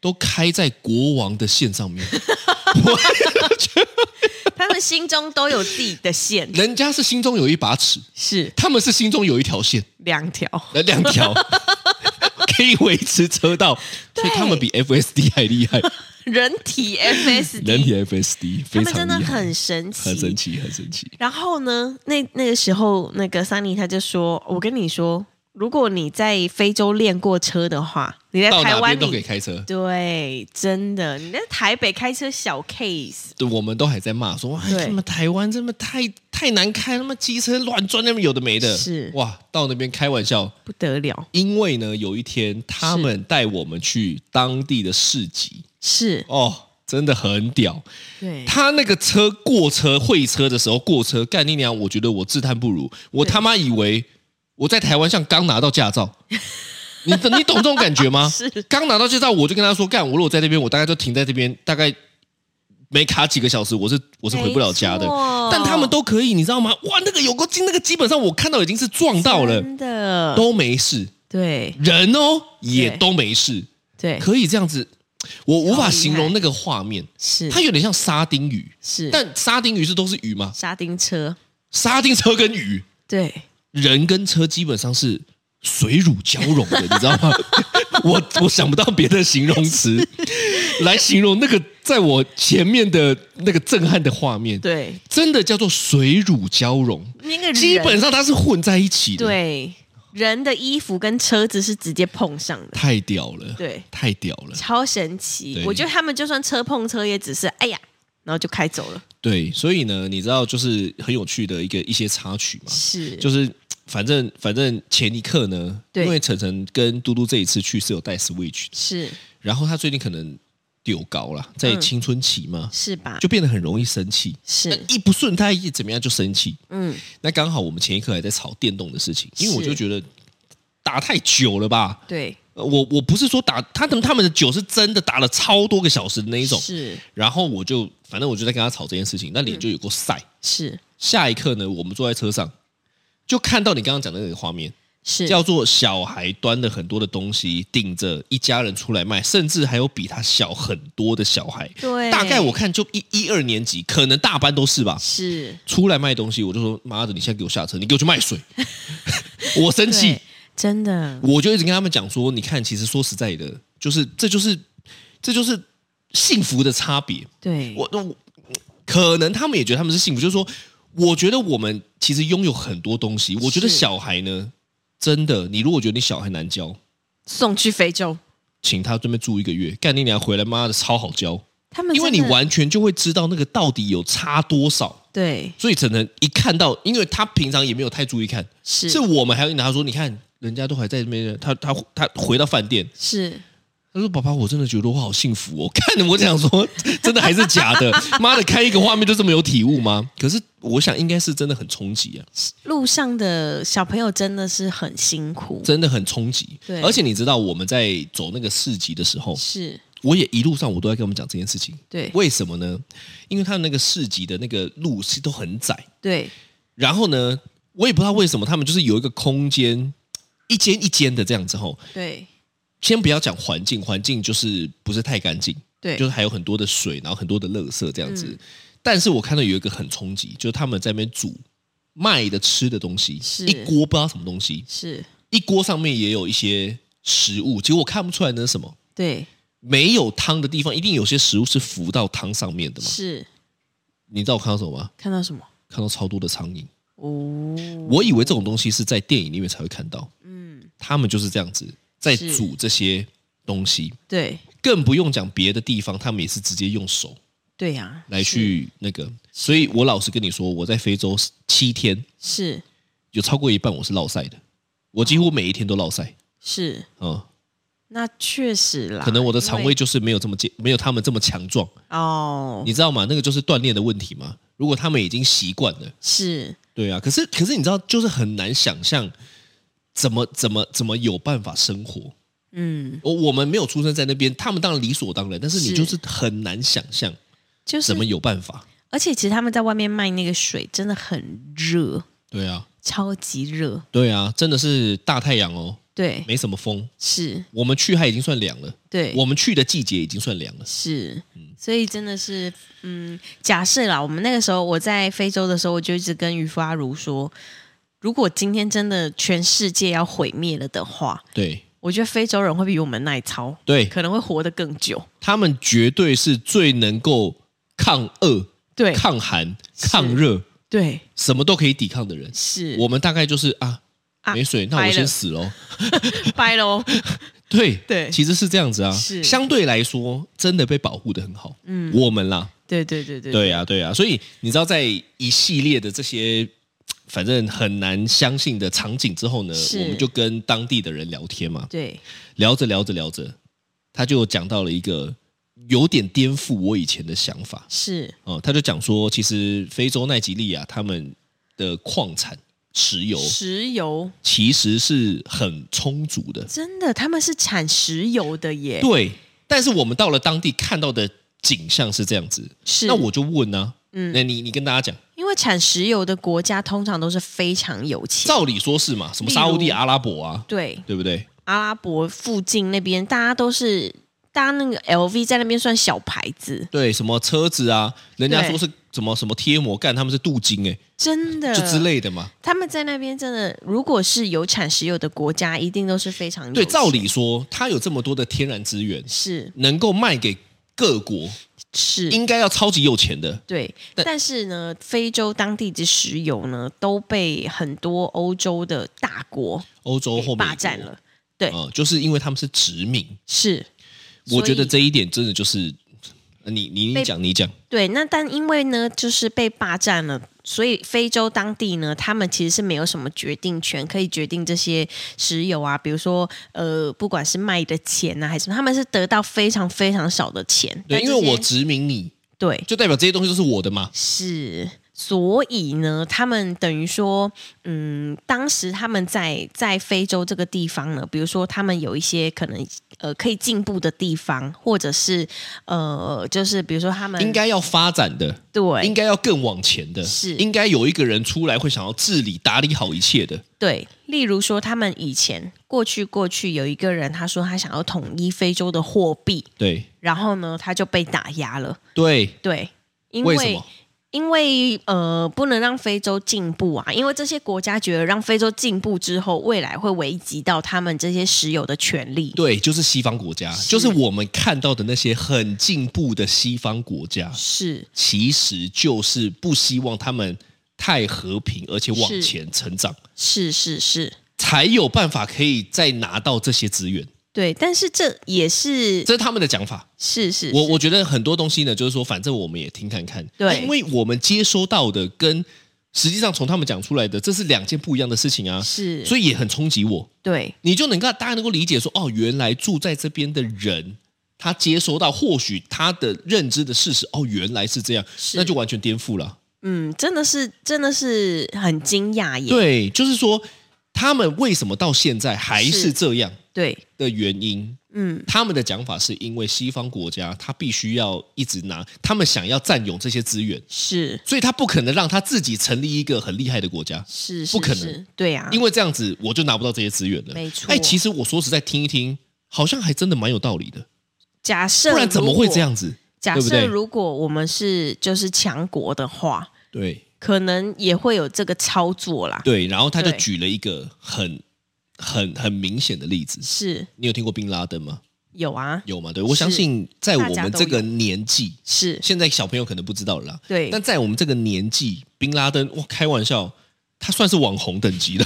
Speaker 3: 都开在国王的线上面。 <laughs>
Speaker 2: 他们心中都有自己的线，
Speaker 3: 人家是心中有一把尺，
Speaker 2: 是
Speaker 3: 他们是心中有一条线，
Speaker 2: 两条，
Speaker 3: 那两
Speaker 2: <laughs>
Speaker 3: 条可以维持车道，所以他们比 FSD 还
Speaker 2: <laughs>
Speaker 3: 厉害，
Speaker 2: 人
Speaker 3: <laughs>
Speaker 2: 体 FSD，
Speaker 3: 人体 FSD
Speaker 2: 他
Speaker 3: 非
Speaker 2: 们
Speaker 3: 常
Speaker 2: 真的
Speaker 3: 厉害，
Speaker 2: 很神奇，
Speaker 3: 很神奇，很神奇。
Speaker 2: 然后呢，那那个时候，那个桑尼他就说：“我跟你说，如果你在非洲练过车的话，你在
Speaker 3: 到
Speaker 2: 台
Speaker 3: 哪
Speaker 2: 湾
Speaker 3: 边
Speaker 2: 你
Speaker 3: 都可以开车，
Speaker 2: 对，真的，你在台北开车小 case，
Speaker 3: 对，我们都还在骂说，哎，
Speaker 2: 对
Speaker 3: 他妈台湾这么太太难开，他妈机车乱钻，那么有的没的。
Speaker 2: 是
Speaker 3: 哇，到那边开玩笑，
Speaker 2: 不得了，
Speaker 3: 因为呢，有一天他们带我们去当地的市集，
Speaker 2: 是
Speaker 3: 哦，真的很屌。
Speaker 2: 对，
Speaker 3: 他那个车过车会车的时候过车，干你娘！我觉得我自叹不如，我他妈以为我在台湾像刚拿到驾照。你懂你懂这种感觉吗？
Speaker 2: 是
Speaker 3: 刚拿到驾照，我就跟他说，干，我如果在这边，我大概就停在这边，大概没卡几个小时，我是我是回不了家的
Speaker 2: 没错。
Speaker 3: 但他们都可以，你知道吗？哇，那个有个金，那个基本上我看到已经是撞到了，
Speaker 2: 真的，
Speaker 3: 都没事，
Speaker 2: 对
Speaker 3: 人哦也
Speaker 2: 对
Speaker 3: 都没事，
Speaker 2: 对，
Speaker 3: 可以这样子，我
Speaker 2: 超
Speaker 3: 无
Speaker 2: 厉害
Speaker 3: 法形容那个画面，
Speaker 2: 是
Speaker 3: 它有点像沙丁鱼。
Speaker 2: 是，
Speaker 3: 但沙丁鱼是都是鱼嘛？
Speaker 2: 沙丁车，
Speaker 3: 沙丁车跟鱼，
Speaker 2: 对，
Speaker 3: 人跟车基本上是水乳交融的，你知道吗？ <laughs> 我我想不到别的形容词来形容那个在我前面的那个震撼的画面，
Speaker 2: 对，
Speaker 3: 真的叫做水乳交融。
Speaker 2: 那个人
Speaker 3: 基本上它是混在一起的，，
Speaker 2: 对人的衣服跟车子是直接碰上的，
Speaker 3: 太屌了，
Speaker 2: 对，
Speaker 3: 太屌了，
Speaker 2: 超神奇。
Speaker 3: 对
Speaker 2: 我觉得他们就算车碰车，也只是哎呀，然后就开走了，
Speaker 3: 对，所以呢，你知道就是很有趣的一个一些插曲嘛，
Speaker 2: 是，
Speaker 3: 就是反正反正前一刻呢，
Speaker 2: 对
Speaker 3: 因为晨晨跟嘟嘟这一次去是有带 Switch，的
Speaker 2: 是
Speaker 3: 然后他最近可能丢高了，在
Speaker 2: 嗯
Speaker 3: 青春期嘛，
Speaker 2: 是吧？
Speaker 3: 就变得很容易生气。那
Speaker 2: 是，
Speaker 3: 一不顺他一怎么样就生气。
Speaker 2: 嗯，
Speaker 3: 那刚好我们前一刻还在吵电动的事情，因为我
Speaker 2: 是
Speaker 3: 就觉得打太久了吧。
Speaker 2: 对，
Speaker 3: 呃我我不是说打他们他们的酒是真的打了超多个小时的那一种，
Speaker 2: 是嗯
Speaker 3: 然后我就反正我就在跟他吵这件事情，那脸就有过晒。
Speaker 2: 是
Speaker 3: 下一刻呢，我们坐在车上就看到你刚刚讲的那个画面，
Speaker 2: 是，
Speaker 3: 叫做小孩端了很多的东西，顶着一家人出来卖，甚至还有比他小很多的小孩。
Speaker 2: 对，
Speaker 3: 大概我看就一一二年级，可能大班都是吧。
Speaker 2: 是
Speaker 3: 出来卖东西，我就说妈的，你现在给我下车，你给我去卖
Speaker 2: <laughs>
Speaker 3: 水，我生气
Speaker 2: 对，，真的
Speaker 3: 我就一直跟他们讲说，你看，其实说实在的，就是这就是这就是幸福的差别。
Speaker 2: 对，
Speaker 3: 我我可能他们也觉得他们是幸福，就是说，我觉得我们其实拥有很多东西。我觉得
Speaker 2: 是
Speaker 3: 小孩呢，真的，你如果觉得你小孩难教，
Speaker 2: 送去非洲，
Speaker 3: 请他这边住一个月，干你娘回来，妈的超好教，
Speaker 2: 他们
Speaker 3: 因为
Speaker 2: 真
Speaker 3: 你
Speaker 2: 的
Speaker 3: 完全就会知道那个到底有差多少。
Speaker 2: 对
Speaker 3: 所以只能一看到，因为他平常也没有太注意看，
Speaker 2: 是
Speaker 3: 是我们还要拿他说，你看人家都还在那边，他他他回到饭店，
Speaker 2: 是
Speaker 3: 他说：“爸爸，我真的觉得我好幸福哦！ <laughs> 看，我想说，真的还是假的？妈的，看一个画面就这么有体悟吗？可是我想，应该是真的很冲击啊，
Speaker 2: 路上的小朋友真的是很辛苦，
Speaker 3: 真的很冲击。
Speaker 2: 对
Speaker 3: 而且你知道，我们在走那个市集的时候，
Speaker 2: 是
Speaker 3: 我也一路上我都在跟我们讲这件事情。
Speaker 2: 对
Speaker 3: 为什么呢？因为他们那个市集的那个路是都很窄，
Speaker 2: 对
Speaker 3: 然后呢，我也不知道为什么他们就是有一个空间，一间一间的这样子吼。
Speaker 2: 对
Speaker 3: 先不要讲环境，环境就是不是太干净。”
Speaker 2: 对，
Speaker 3: 就是还有很多的水，然后很多的垃圾这样
Speaker 2: 嗯
Speaker 3: 子。但是我看到有一个很冲击，就是他们在那边煮卖的吃的东西，
Speaker 2: 是
Speaker 3: 一锅不知道什么东西，
Speaker 2: 是
Speaker 3: 一锅上面也有一些食物，结果我看不出来那是什么。
Speaker 2: 对
Speaker 3: 没有汤的地方，一定有些食物是浮到汤上面的嘛？
Speaker 2: 是
Speaker 3: 你知道我看到什么吗？
Speaker 2: 看到什么？
Speaker 3: 看到超多的苍蝇。
Speaker 2: 哦，
Speaker 3: 我以为这种东西是在电影里面才会看到，嗯，他们就是这样子在
Speaker 2: 是
Speaker 3: 煮这些东西，
Speaker 2: 对
Speaker 3: 更不用讲别的地方，他们也是直接用手
Speaker 2: 对呀，
Speaker 3: 来去那个。所以我老实跟你说，我在非洲七天，
Speaker 2: 是
Speaker 3: 有超过一半我是落赛的，我几乎每一天都落赛。
Speaker 2: 是，
Speaker 3: 嗯，
Speaker 2: 那确实啦，
Speaker 3: 可能我的肠
Speaker 2: 因
Speaker 3: 胃
Speaker 2: 为
Speaker 3: 就是没有这么健，没有他们这么强壮，
Speaker 2: 哦，
Speaker 3: 你知道吗？那个就是锻炼的问题嘛。如果他们已经习惯了，
Speaker 2: 是
Speaker 3: 对啊，可是可是你知道，就是很难想象怎么怎么怎么有办法生活。
Speaker 2: 嗯，
Speaker 3: 我我们没有出生在那边，他们当然理所当然，但是你
Speaker 2: 是
Speaker 3: 就是很难想象
Speaker 2: 就是
Speaker 3: 怎么有办法。
Speaker 2: 而且其实他们在外面卖那个水真的很热，
Speaker 3: 对啊，
Speaker 2: 超级热。
Speaker 3: 对啊，真的是大太阳哦，
Speaker 2: 对，
Speaker 3: 没什么风。
Speaker 2: 是，
Speaker 3: 我们去还已经算凉了，
Speaker 2: 对，
Speaker 3: 我们嗯去的季节已经算凉了。
Speaker 2: 是，所以真的是，嗯，假设啦，我们那个时候我在非洲的时候，我就一直跟渔夫阿如说，如果今天真的全世界要毁灭了的话，
Speaker 3: 对
Speaker 2: 我觉得非洲人会比我们耐操，
Speaker 3: 对，
Speaker 2: 可能会活得更久。
Speaker 3: 他们绝对是最能够抗饿、
Speaker 2: 对，
Speaker 3: 抗寒、抗热，
Speaker 2: 对，
Speaker 3: 什么都可以抵抗的人。
Speaker 2: 是
Speaker 3: 我们大概就是啊，
Speaker 2: 啊 <laughs>
Speaker 3: 没水，那
Speaker 2: 掰
Speaker 3: 我
Speaker 2: 了
Speaker 3: 先死喽。
Speaker 2: 掰喽，
Speaker 3: 对
Speaker 2: 对
Speaker 3: 其实是这样子啊。
Speaker 2: 是
Speaker 3: 相对来说，真的被保护的很好。嗯，我们啦，
Speaker 2: 对对对对，
Speaker 3: 对呀、啊，对呀、啊。所以你知道，在一系列的这些。反正很难相信的场景之后呢，
Speaker 2: 是
Speaker 3: 我们就跟当地的人聊天嘛，
Speaker 2: 对，
Speaker 3: 聊着聊着聊着，他就讲到了一个有点颠覆我以前的想法
Speaker 2: 是
Speaker 3: 哦、他就讲说，其实非洲奈及利亚啊他们的矿产石油
Speaker 2: 石油，
Speaker 3: 其实是很充足的，
Speaker 2: 真的他们是产石油的耶，
Speaker 3: 对。但是我们到了当地看到的景象是这样子，
Speaker 2: 是。嗯
Speaker 3: 那我就问啊，那你你跟大家讲，
Speaker 2: 因为产石油的国家通常都是非常有钱，
Speaker 3: 照理说是嘛，什么沙乌
Speaker 2: 例
Speaker 3: 地
Speaker 2: 如
Speaker 3: 阿拉伯啊，
Speaker 2: 对，
Speaker 3: 对不对？
Speaker 2: 阿拉伯附近那边，大家都是，大家那个 LV 在那边算小牌子，
Speaker 3: 对，什么车子啊，人家
Speaker 2: 对
Speaker 3: 说是什么什么贴膜干，他们是镀金哎、
Speaker 2: 真的，
Speaker 3: 就之类的嘛。
Speaker 2: 他们在那边真的，如果是有产石油的国家，一定都是非常有
Speaker 3: 对，
Speaker 2: 钱
Speaker 3: 照理说，它有这么多的天然资源，
Speaker 2: 是
Speaker 3: 能够卖给各国，
Speaker 2: 是，
Speaker 3: 应该要超级有钱的。
Speaker 2: 对。
Speaker 3: 但
Speaker 2: 但是呢，非洲当地的石油呢，都被很多欧洲的大国
Speaker 3: 欧洲后面
Speaker 2: 霸占了，对
Speaker 3: 呃，就是因为他们是殖民，
Speaker 2: 是所以
Speaker 3: 我觉得这一点真的就是呃你你你
Speaker 2: 被
Speaker 3: 讲你讲，
Speaker 2: 对。那但因为呢，就是被霸占了。所以非洲当地呢，他们其实是没有什么决定权，可以决定这些石油啊，比如说呃，不管是卖的钱啊还是什么，他们是得到非常非常少的钱。
Speaker 3: 对，
Speaker 2: 但
Speaker 3: 因
Speaker 2: 这
Speaker 3: 为我
Speaker 2: 些
Speaker 3: 殖民你，
Speaker 2: 对
Speaker 3: 就代表这些东西都是我的嘛。
Speaker 2: 是，所以呢，他们等于说，嗯，当时他们在在非洲这个地方呢，比如说他们有一些可能呃可以进步的地方，或者是呃，就是比如说他们
Speaker 3: 应该要发展的，
Speaker 2: 对
Speaker 3: 应该要更往前的，
Speaker 2: 是
Speaker 3: 应该有一个人出来会想要治理、打理好一切的。
Speaker 2: 对，例如说，他们以前过去过去有一个人，他说他想要统一非洲的货币，
Speaker 3: 对
Speaker 2: 然后呢，他就被打压了。
Speaker 3: 对，
Speaker 2: 对，因
Speaker 3: 为什
Speaker 2: 为
Speaker 3: 么？
Speaker 2: 因为呃，不能让非洲进步啊，因为这些国家觉得让非洲进步之后，未来会危及到他们这些石油的权利。
Speaker 3: 对，就是西方国家，就是我们看到的那些很进步的西方国家，
Speaker 2: 是
Speaker 3: 其实就是不希望他们太和平，而且往前成长，
Speaker 2: 是是是，
Speaker 3: 才有办法可以再拿到这些资源。
Speaker 2: 对，但是这也是
Speaker 3: 这是他们的讲法。
Speaker 2: 是是
Speaker 3: 我
Speaker 2: 是
Speaker 3: 我觉得很多东西呢，就是说，反正我们也听看看。
Speaker 2: 对
Speaker 3: 因为我们接收到的跟实际上从他们讲出来的，这是两件不一样的事情啊，
Speaker 2: 是，
Speaker 3: 所以也很冲击我。
Speaker 2: 对
Speaker 3: 你就能够大家能够理解说，哦，原来住在这边的人，他接收到或许他的认知的事实，哦，原来是这样，
Speaker 2: 是
Speaker 3: 那就完全颠覆了。
Speaker 2: 嗯，真的是真的是很惊讶耶。
Speaker 3: 对，就是说他们为什么到现在还是
Speaker 2: 是
Speaker 3: 这样
Speaker 2: 对，
Speaker 3: 的原因。
Speaker 2: 嗯，
Speaker 3: 他们的讲法是因为西方国家，他必须要一直拿，他们想要占有这些资源，
Speaker 2: 是
Speaker 3: 所以他不可能让他自己成立一个很厉害的国家，
Speaker 2: 是
Speaker 3: 不可能，
Speaker 2: 是是对啊，
Speaker 3: 因为这样子我就拿不到这些资源了。
Speaker 2: 没错
Speaker 3: 哎，其实我说实在，听一听，好像还真的蛮有道理的，
Speaker 2: 假设
Speaker 3: 不然怎么
Speaker 2: 如
Speaker 3: 会
Speaker 2: 果
Speaker 3: 这？样子？
Speaker 2: 假
Speaker 3: 对不对
Speaker 2: 设如果我们是就是强国的话，
Speaker 3: 对
Speaker 2: 可能也会有这个操作啦。
Speaker 3: 对，然后他就
Speaker 2: 对
Speaker 3: 举了一个很很很明显的例子，
Speaker 2: 是
Speaker 3: 你有听过宾拉登吗？
Speaker 2: 有啊，
Speaker 3: 有吗？对，我相信在我们这个年纪，
Speaker 2: 是
Speaker 3: 现在小朋友可能不知道了啦。
Speaker 2: 对
Speaker 3: 但在我们这个年纪，宾拉登，哇，开玩笑，他算是网红等级的，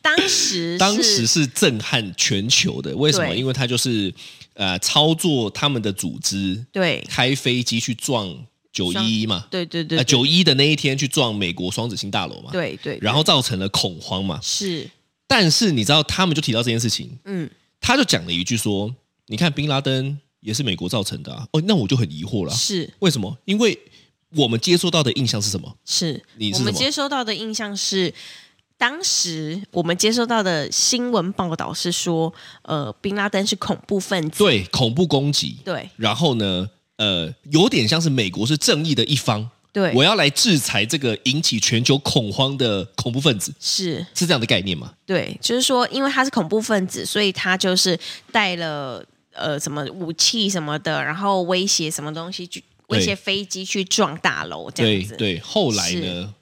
Speaker 2: 当时是
Speaker 3: <coughs> 当时是震撼全球的。为什么？
Speaker 2: 对
Speaker 3: 因为他就是呃操作他们的组织，
Speaker 2: 对
Speaker 3: 开飞机去撞九一一嘛，
Speaker 2: 对对对
Speaker 3: 呃
Speaker 2: 对
Speaker 3: 九一的那一天去撞美国双子星大楼嘛，，
Speaker 2: 对对，
Speaker 3: 然后造成了恐慌嘛，
Speaker 2: 是
Speaker 3: 但是你知道，他们就提到这件事情，
Speaker 2: 嗯，
Speaker 3: 他就讲了一句说：“你看，宾拉登也是美国造成的啊。”哦，那我就很疑惑了啊，
Speaker 2: 是
Speaker 3: 为什么？因为我们接收到的印象是什么？
Speaker 2: 是
Speaker 3: 你，是
Speaker 2: 我
Speaker 3: 什么
Speaker 2: 们接收到的印象是，当时我们接收到的新闻报道是说，呃，宾拉登是恐怖分子，
Speaker 3: 对，恐怖攻击。
Speaker 2: 对
Speaker 3: 然后呢，呃，有点像是美国是正义的一方，
Speaker 2: 对
Speaker 3: 我要来制裁这个引起全球恐慌的恐怖分子，
Speaker 2: 是
Speaker 3: 是这样的概念吗？
Speaker 2: 对，就是说，因为他是恐怖分子，所以他就是带了呃什么武器什么的，然后威胁什么东西去威胁飞机去撞大楼这
Speaker 3: 对
Speaker 2: 样子。
Speaker 3: 对。后来呢，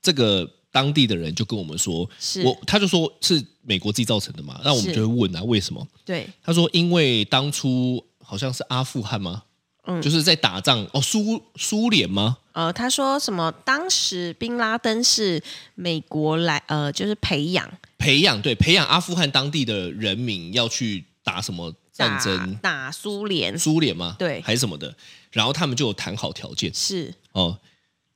Speaker 3: 这个当地的人就跟我们说，
Speaker 2: 是
Speaker 3: 我他就说是美国自己造成的嘛，那我们
Speaker 2: 是
Speaker 3: 就会问啊，为什么？
Speaker 2: 对
Speaker 3: 他说，因为当初好像是阿富汗吗？
Speaker 2: 嗯
Speaker 3: 就是在打仗哦，苏苏联吗？
Speaker 2: 呃，他说什么？当时宾拉登是美国来呃，就是培养
Speaker 3: 培养对培养阿富汗当地的人民要去打什么战
Speaker 2: 打
Speaker 3: 争？
Speaker 2: 打苏联
Speaker 3: 苏联吗？
Speaker 2: 对
Speaker 3: 还是什么的？然后他们就有谈好条件
Speaker 2: 是
Speaker 3: 哦。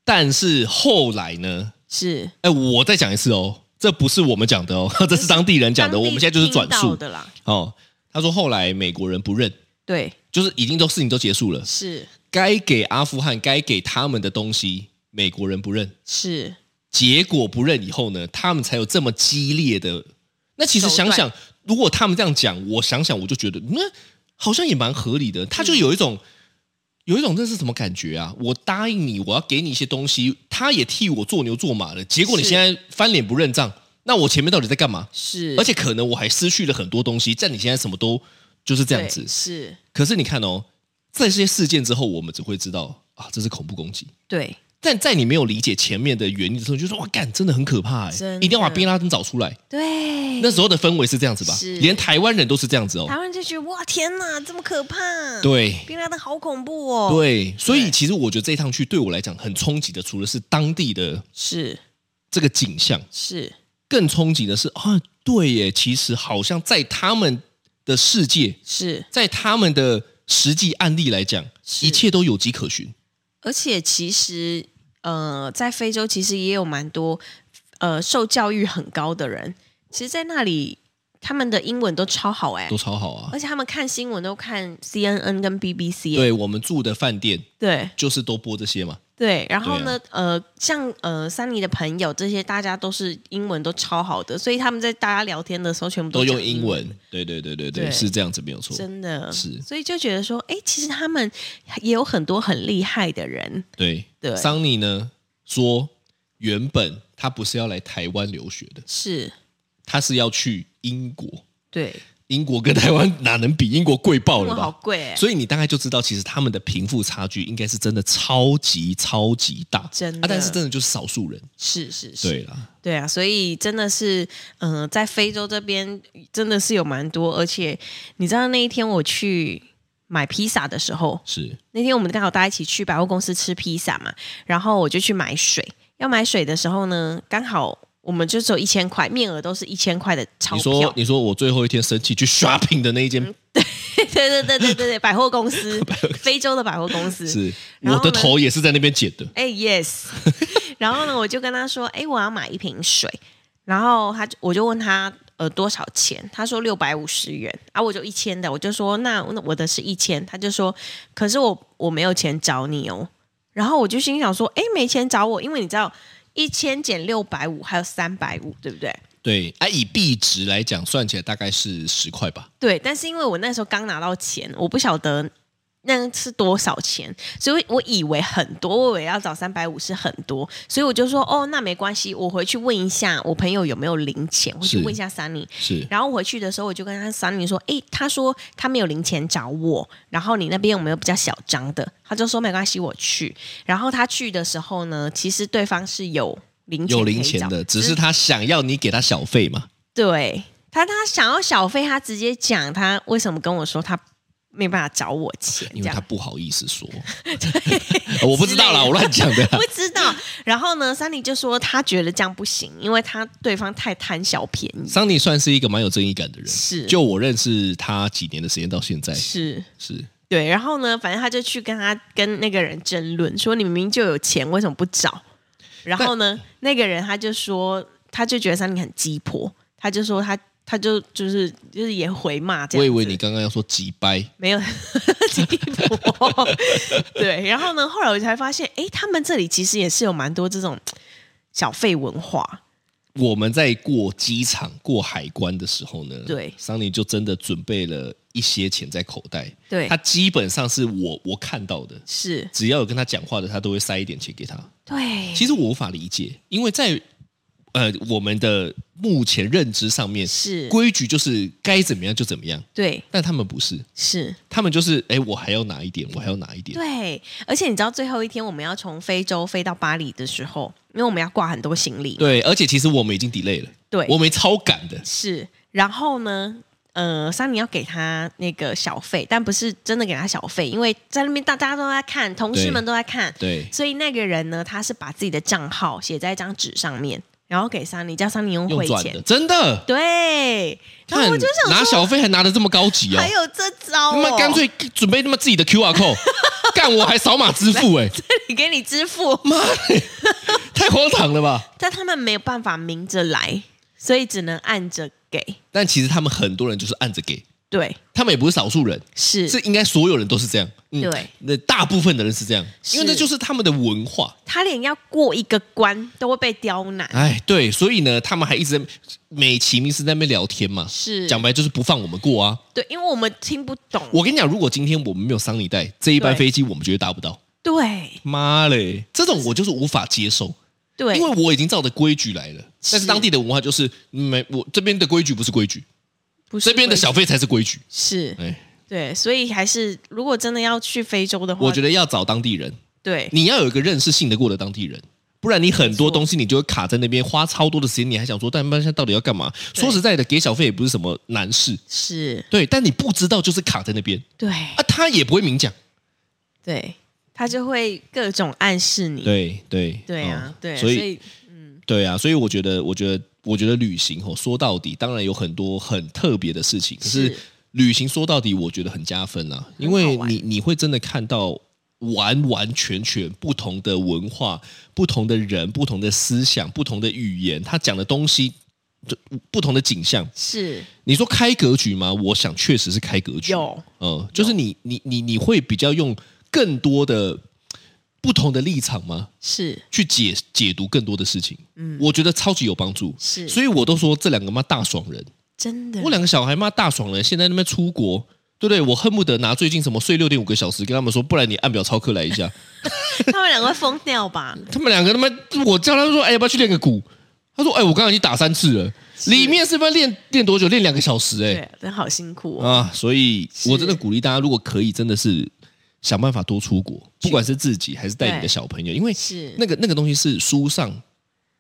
Speaker 3: 但是后来呢？
Speaker 2: 是
Speaker 3: 哎，我再讲一次哦，这不是我们讲的哦， <laughs> 这是当地人讲的，
Speaker 2: 当
Speaker 3: 我
Speaker 2: 地
Speaker 3: 们现在就是转
Speaker 2: 听到
Speaker 3: 述
Speaker 2: 的啦。
Speaker 3: 哦。他说后来美国人不认，
Speaker 2: 对，
Speaker 3: 就是已经都事情都结束了，
Speaker 2: 是
Speaker 3: 该给阿富汗该给他们的东西，美国人不认，
Speaker 2: 是
Speaker 3: 结果不认以后呢，他们才有这么激烈的。那其实想想，如果他们这样讲，我想想我就觉得，那好像也蛮合理的。他就有一种，有一种这是什么感觉啊？我答应你，我要给你一些东西，他也替我做牛做马了，结果你
Speaker 2: 是
Speaker 3: 现在翻脸不认账，那我前面到底在干嘛？
Speaker 2: 是，
Speaker 3: 而且可能我还失去了很多东西，但你现在什么都就是这样
Speaker 2: 对
Speaker 3: 子。
Speaker 2: 是
Speaker 3: 可是你看哦，在这些事件之后，我们只会知道啊，这是恐怖攻击。
Speaker 2: 对
Speaker 3: 但在你没有理解前面的原因的时候，你就说哇，干，真的很可怕、欸，
Speaker 2: 真的
Speaker 3: 一定要把宾拉登找出来。
Speaker 2: 对。
Speaker 3: 那时候的氛围是这样子吧
Speaker 2: 是？
Speaker 3: 连台湾人都是这样子哦
Speaker 2: 台。湾就觉得哇天哪，这么可怕！
Speaker 3: 对
Speaker 2: 宾拉登好恐怖哦。，
Speaker 3: 对，所以其实我觉得这一趟去对我来讲很冲击的，除了是当地的
Speaker 2: 是
Speaker 3: 这个景象，
Speaker 2: 是
Speaker 3: 更冲击的是啊，对耶，其实好像在他们的世界，
Speaker 2: 是，
Speaker 3: 在他们的实际案例来讲，
Speaker 2: 是
Speaker 3: 一切都有迹可循。
Speaker 2: 而且其实呃，在非洲其实也有蛮多呃受教育很高的人，其实，在那里他们的英文都超好哎、
Speaker 3: 都超好啊
Speaker 2: 而！且他们看新闻都看 CNN 跟 BBC 哎、
Speaker 3: 对我们住的饭店
Speaker 2: 对
Speaker 3: 就是都播这些嘛，
Speaker 2: 对，然后呢，
Speaker 3: 啊
Speaker 2: 呃，像呃珊妮的朋友这些，大家都是英文都超好的，所以他们在大家聊天的时候，全部
Speaker 3: 都
Speaker 2: 讲
Speaker 3: 用英
Speaker 2: 英
Speaker 3: 文。对对对对对，
Speaker 2: 对
Speaker 3: 是这样子没有错。
Speaker 2: 真的
Speaker 3: 是
Speaker 2: 所以就觉得说，哎，其实他们也有很多很厉害的人，
Speaker 3: 对
Speaker 2: 对
Speaker 3: 桑尼呢说，原本他不是要来台湾留学的，
Speaker 2: 是
Speaker 3: 他是要去英国。
Speaker 2: 对，
Speaker 3: 英国跟台湾哪能比？英国贵爆
Speaker 2: 英
Speaker 3: 了
Speaker 2: 文好
Speaker 3: 吧？
Speaker 2: 贵哎、
Speaker 3: 所以你大概就知道，其实他们的贫富差距应该是真的超级超级大，
Speaker 2: 真的
Speaker 3: 啊！但是真的就是少数人，
Speaker 2: 是是是，
Speaker 3: 对啦，
Speaker 2: 对啊，所以真的是，嗯、在非洲这边真的是有蛮多，而且你知道那一天我去买披萨的时候，
Speaker 3: 是
Speaker 2: 那天我们刚好大家一起去百货公司吃披萨嘛，然后我就去买水，要买水的时候呢，刚好。我们就只有一千块，面额都是一千块的钞
Speaker 3: 你
Speaker 2: 票。嗯
Speaker 3: 说你说我最后一天生气去 <laughs> shopping 的那一间
Speaker 2: <laughs> 对对对对对对，百货公
Speaker 3: <laughs>
Speaker 2: 司，非洲的百货公司。
Speaker 3: 是，
Speaker 2: 然
Speaker 3: 我
Speaker 2: 后
Speaker 3: 的
Speaker 2: 呢
Speaker 3: 头也是在那边剪的，
Speaker 2: 哎、y e s <laughs> 然后呢，我就跟他说，哎、我要买一瓶水。然后他就，我就问他，呃，多少钱？他说六百五十元。啊，我就一千的，我就说那那我的是一千。他就说，可是我我没有钱找你哦。然后我就心想说，哎、没钱找我，因为你知道一千减六百五还有三百五，对不对？
Speaker 3: 对啊，以币值来讲，算起来大概是十块吧，
Speaker 2: 对，但是因为我那时候刚拿到钱，我不晓得那是多少钱，所以我以为很多，我以为要找三百五是很多，所以我就说哦，那没关系，我回去问一下我朋友有没有零钱，我去
Speaker 3: 是
Speaker 2: 问一下 Sunny。
Speaker 3: 是
Speaker 2: 然后回去的时候，我就跟他 Sunny 说，诶，他说他没有零钱找我，然后你那边有没有比较小张的？他就说没关系，我去。然后他去的时候呢，其实对方是有零钱
Speaker 3: 有
Speaker 2: 可以
Speaker 3: 零钱
Speaker 2: 找
Speaker 3: 的，只是他想要你给他小费嘛。
Speaker 2: 对他，他想要小费，他直接讲他为什么跟我说他没办法找我钱，这
Speaker 3: 因为他
Speaker 2: 样
Speaker 3: 不好意
Speaker 2: <laughs>
Speaker 3: 思说， <laughs> 我不知道啦，
Speaker 2: 之类的
Speaker 3: 我乱讲
Speaker 2: <laughs>
Speaker 3: 的啦。
Speaker 2: 不知道。然后呢，三里就说他觉得这样不行，因为他对方太贪小便宜。
Speaker 3: 桑尼算是一个蛮有正义感的人，
Speaker 2: 是
Speaker 3: 就我认识他几年的时间到现在，
Speaker 2: 是
Speaker 3: 是
Speaker 2: 对，然后呢，反正他就去跟他跟那个人争论，说你明明就有钱，为什么不找？然后呢，那个人他就说，他就觉得三里很鸡婆，他就说他他就就是就是也回骂这样子。
Speaker 3: 我以为你刚刚要说急掰，
Speaker 2: 没有 <laughs> 吉普，对。然后呢，后来我才发现，哎，他们这里其实也是有蛮多这种小费文化，
Speaker 3: 我们在过机场、过海关的时候呢，
Speaker 2: 对
Speaker 3: 桑尼就真的准备了一些钱在口袋。
Speaker 2: 对
Speaker 3: 他基本上是我我看到的，
Speaker 2: 是
Speaker 3: 只要有跟他讲话的，他都会塞一点钱给他。
Speaker 2: 对，
Speaker 3: 其实我无法理解，因为在呃我们的目前认知上面，
Speaker 2: 是
Speaker 3: 规矩就是该怎么样就怎么样，
Speaker 2: 对
Speaker 3: 但他们不是，
Speaker 2: 是。
Speaker 3: 他们就是哎，我还要拿一点，我还要拿一点。
Speaker 2: 对，而且你知道最后一天我们要从非洲飞到巴黎的时候，因为我们要挂很多行李，
Speaker 3: 对，而且其实我们已经 delay 了，
Speaker 2: 对
Speaker 3: 我们超赶的，
Speaker 2: 是。然后呢，呃，桑尼要给他那个小费，但不是真的给他小费，因为在那边大大家都在看，同事
Speaker 3: 对
Speaker 2: 们都在看，
Speaker 3: 对
Speaker 2: 所以那个人呢，他是把自己的账号写在一张纸上面，然后给桑尼，叫桑尼用
Speaker 3: 用
Speaker 2: 汇
Speaker 3: 转的，
Speaker 2: 钱。
Speaker 3: 真的。
Speaker 2: 对，然后
Speaker 3: 看
Speaker 2: 我就想
Speaker 3: 拿
Speaker 2: 说，
Speaker 3: 小费还拿的这么高级哦，
Speaker 2: 还有这招、哦，
Speaker 3: 他妈干脆准备他妈自己的 QR
Speaker 2: <laughs>
Speaker 3: code，干我还扫码支付哎、
Speaker 2: 你给你支付，
Speaker 3: 妈的，太荒唐了吧！
Speaker 2: 但他们没有办法明着来，所以只能按着给。
Speaker 3: 但其实他们很多人就是按着给，
Speaker 2: 对，
Speaker 3: 他们也不是少数人，
Speaker 2: 是
Speaker 3: 是应该所有人都是这样。嗯
Speaker 2: 对，
Speaker 3: 那大部分的人是这样，
Speaker 2: 是
Speaker 3: 因为那就是他们的文化。
Speaker 2: 他连要过一个关都会被刁难。
Speaker 3: 哎，对，所以呢，他们还一直在美其名是在那边聊天嘛，
Speaker 2: 是
Speaker 3: 讲白就是不放我们过啊。
Speaker 2: 对，因为我们听不懂。
Speaker 3: 我跟你讲，如果今天我们没有桑尼带，这一班
Speaker 2: 对
Speaker 3: 飞机我们绝对搭不到。
Speaker 2: 对
Speaker 3: 妈嘞，这种我就是无法接受。
Speaker 2: 对，
Speaker 3: 因为我已经照着规矩来了，
Speaker 2: 是
Speaker 3: 但是当地的文化就是嗯没我这边的规矩不是规矩，
Speaker 2: 不是
Speaker 3: 这边的小
Speaker 2: 会
Speaker 3: 费才是规矩。
Speaker 2: 是
Speaker 3: 哎，
Speaker 2: 对，所以还是如果真的要去非洲的话，
Speaker 3: 我觉
Speaker 2: 得
Speaker 3: 得要找当地人，
Speaker 2: 对
Speaker 3: 你要有一个认识信得过的当地人，不然你很多东西你就会卡在那边，花超多的时间，你还想说，但班现在到底要干嘛？
Speaker 2: 对
Speaker 3: 说实在的，给小费也不是什么难事，
Speaker 2: 是，
Speaker 3: 对，但你不知道就是卡在那边
Speaker 2: 对
Speaker 3: 啊，他也不会明讲，
Speaker 2: 对，他就会各种暗示你。
Speaker 3: 对对
Speaker 2: 对啊
Speaker 3: 嗯，
Speaker 2: 对，
Speaker 3: 所以对啊，所以我觉得，我觉得，我觉得旅行吼，说到底，当然有很多很特别的事情，可是
Speaker 2: 是
Speaker 3: 旅行说到底，我觉得很加分啊，因为你你会真的看到完完全全不同的文化、不同的人、不同的思想、不同的语言，他讲的东西。就不同的景象，
Speaker 2: 是
Speaker 3: 你说开格局吗？我想确实是开格局。
Speaker 2: 有，
Speaker 3: 嗯，就是你你你你会比较用更多的不同的立场吗？
Speaker 2: 是
Speaker 3: 去解解读更多的事情，嗯，我觉得超级有帮助，
Speaker 2: 是
Speaker 3: 所以我都说这两个妈大爽人，
Speaker 2: 真的
Speaker 3: 我，两个小孩妈大爽人，现在那边出国，对不对？我恨不得拿最近什么睡六点五个小时跟他们说，不然你按表操课来一 <laughs> 下。
Speaker 2: <laughs> 他们两个会疯掉吧？
Speaker 3: 他们两个他妈，我叫他们说，哎，要不要去练个鼓？他说，哎，我刚刚已经打三次了，里面是不是要练练多久？练两个小时、哎
Speaker 2: 对，真好辛苦哦。
Speaker 3: 啊，所以
Speaker 2: 是
Speaker 3: 我真的鼓励大家，如果可以，真的是想办法多出国，不管是自己还是带你的
Speaker 2: 对
Speaker 3: 小朋友，因为
Speaker 2: 是
Speaker 3: 那个那个东西是书上。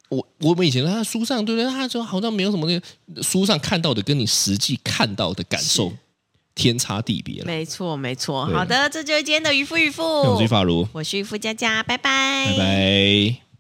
Speaker 3: 我我们以前啊，书上对不对？他说好像没有什么那个书上看到的，跟你实际看到的感受天差地别了。
Speaker 2: 没错，没错。
Speaker 3: 嗯对
Speaker 2: 好的，这就是今天的渔夫渔夫
Speaker 3: 那我是，法如，
Speaker 2: 我是渔夫佳佳，拜拜，
Speaker 3: 拜拜。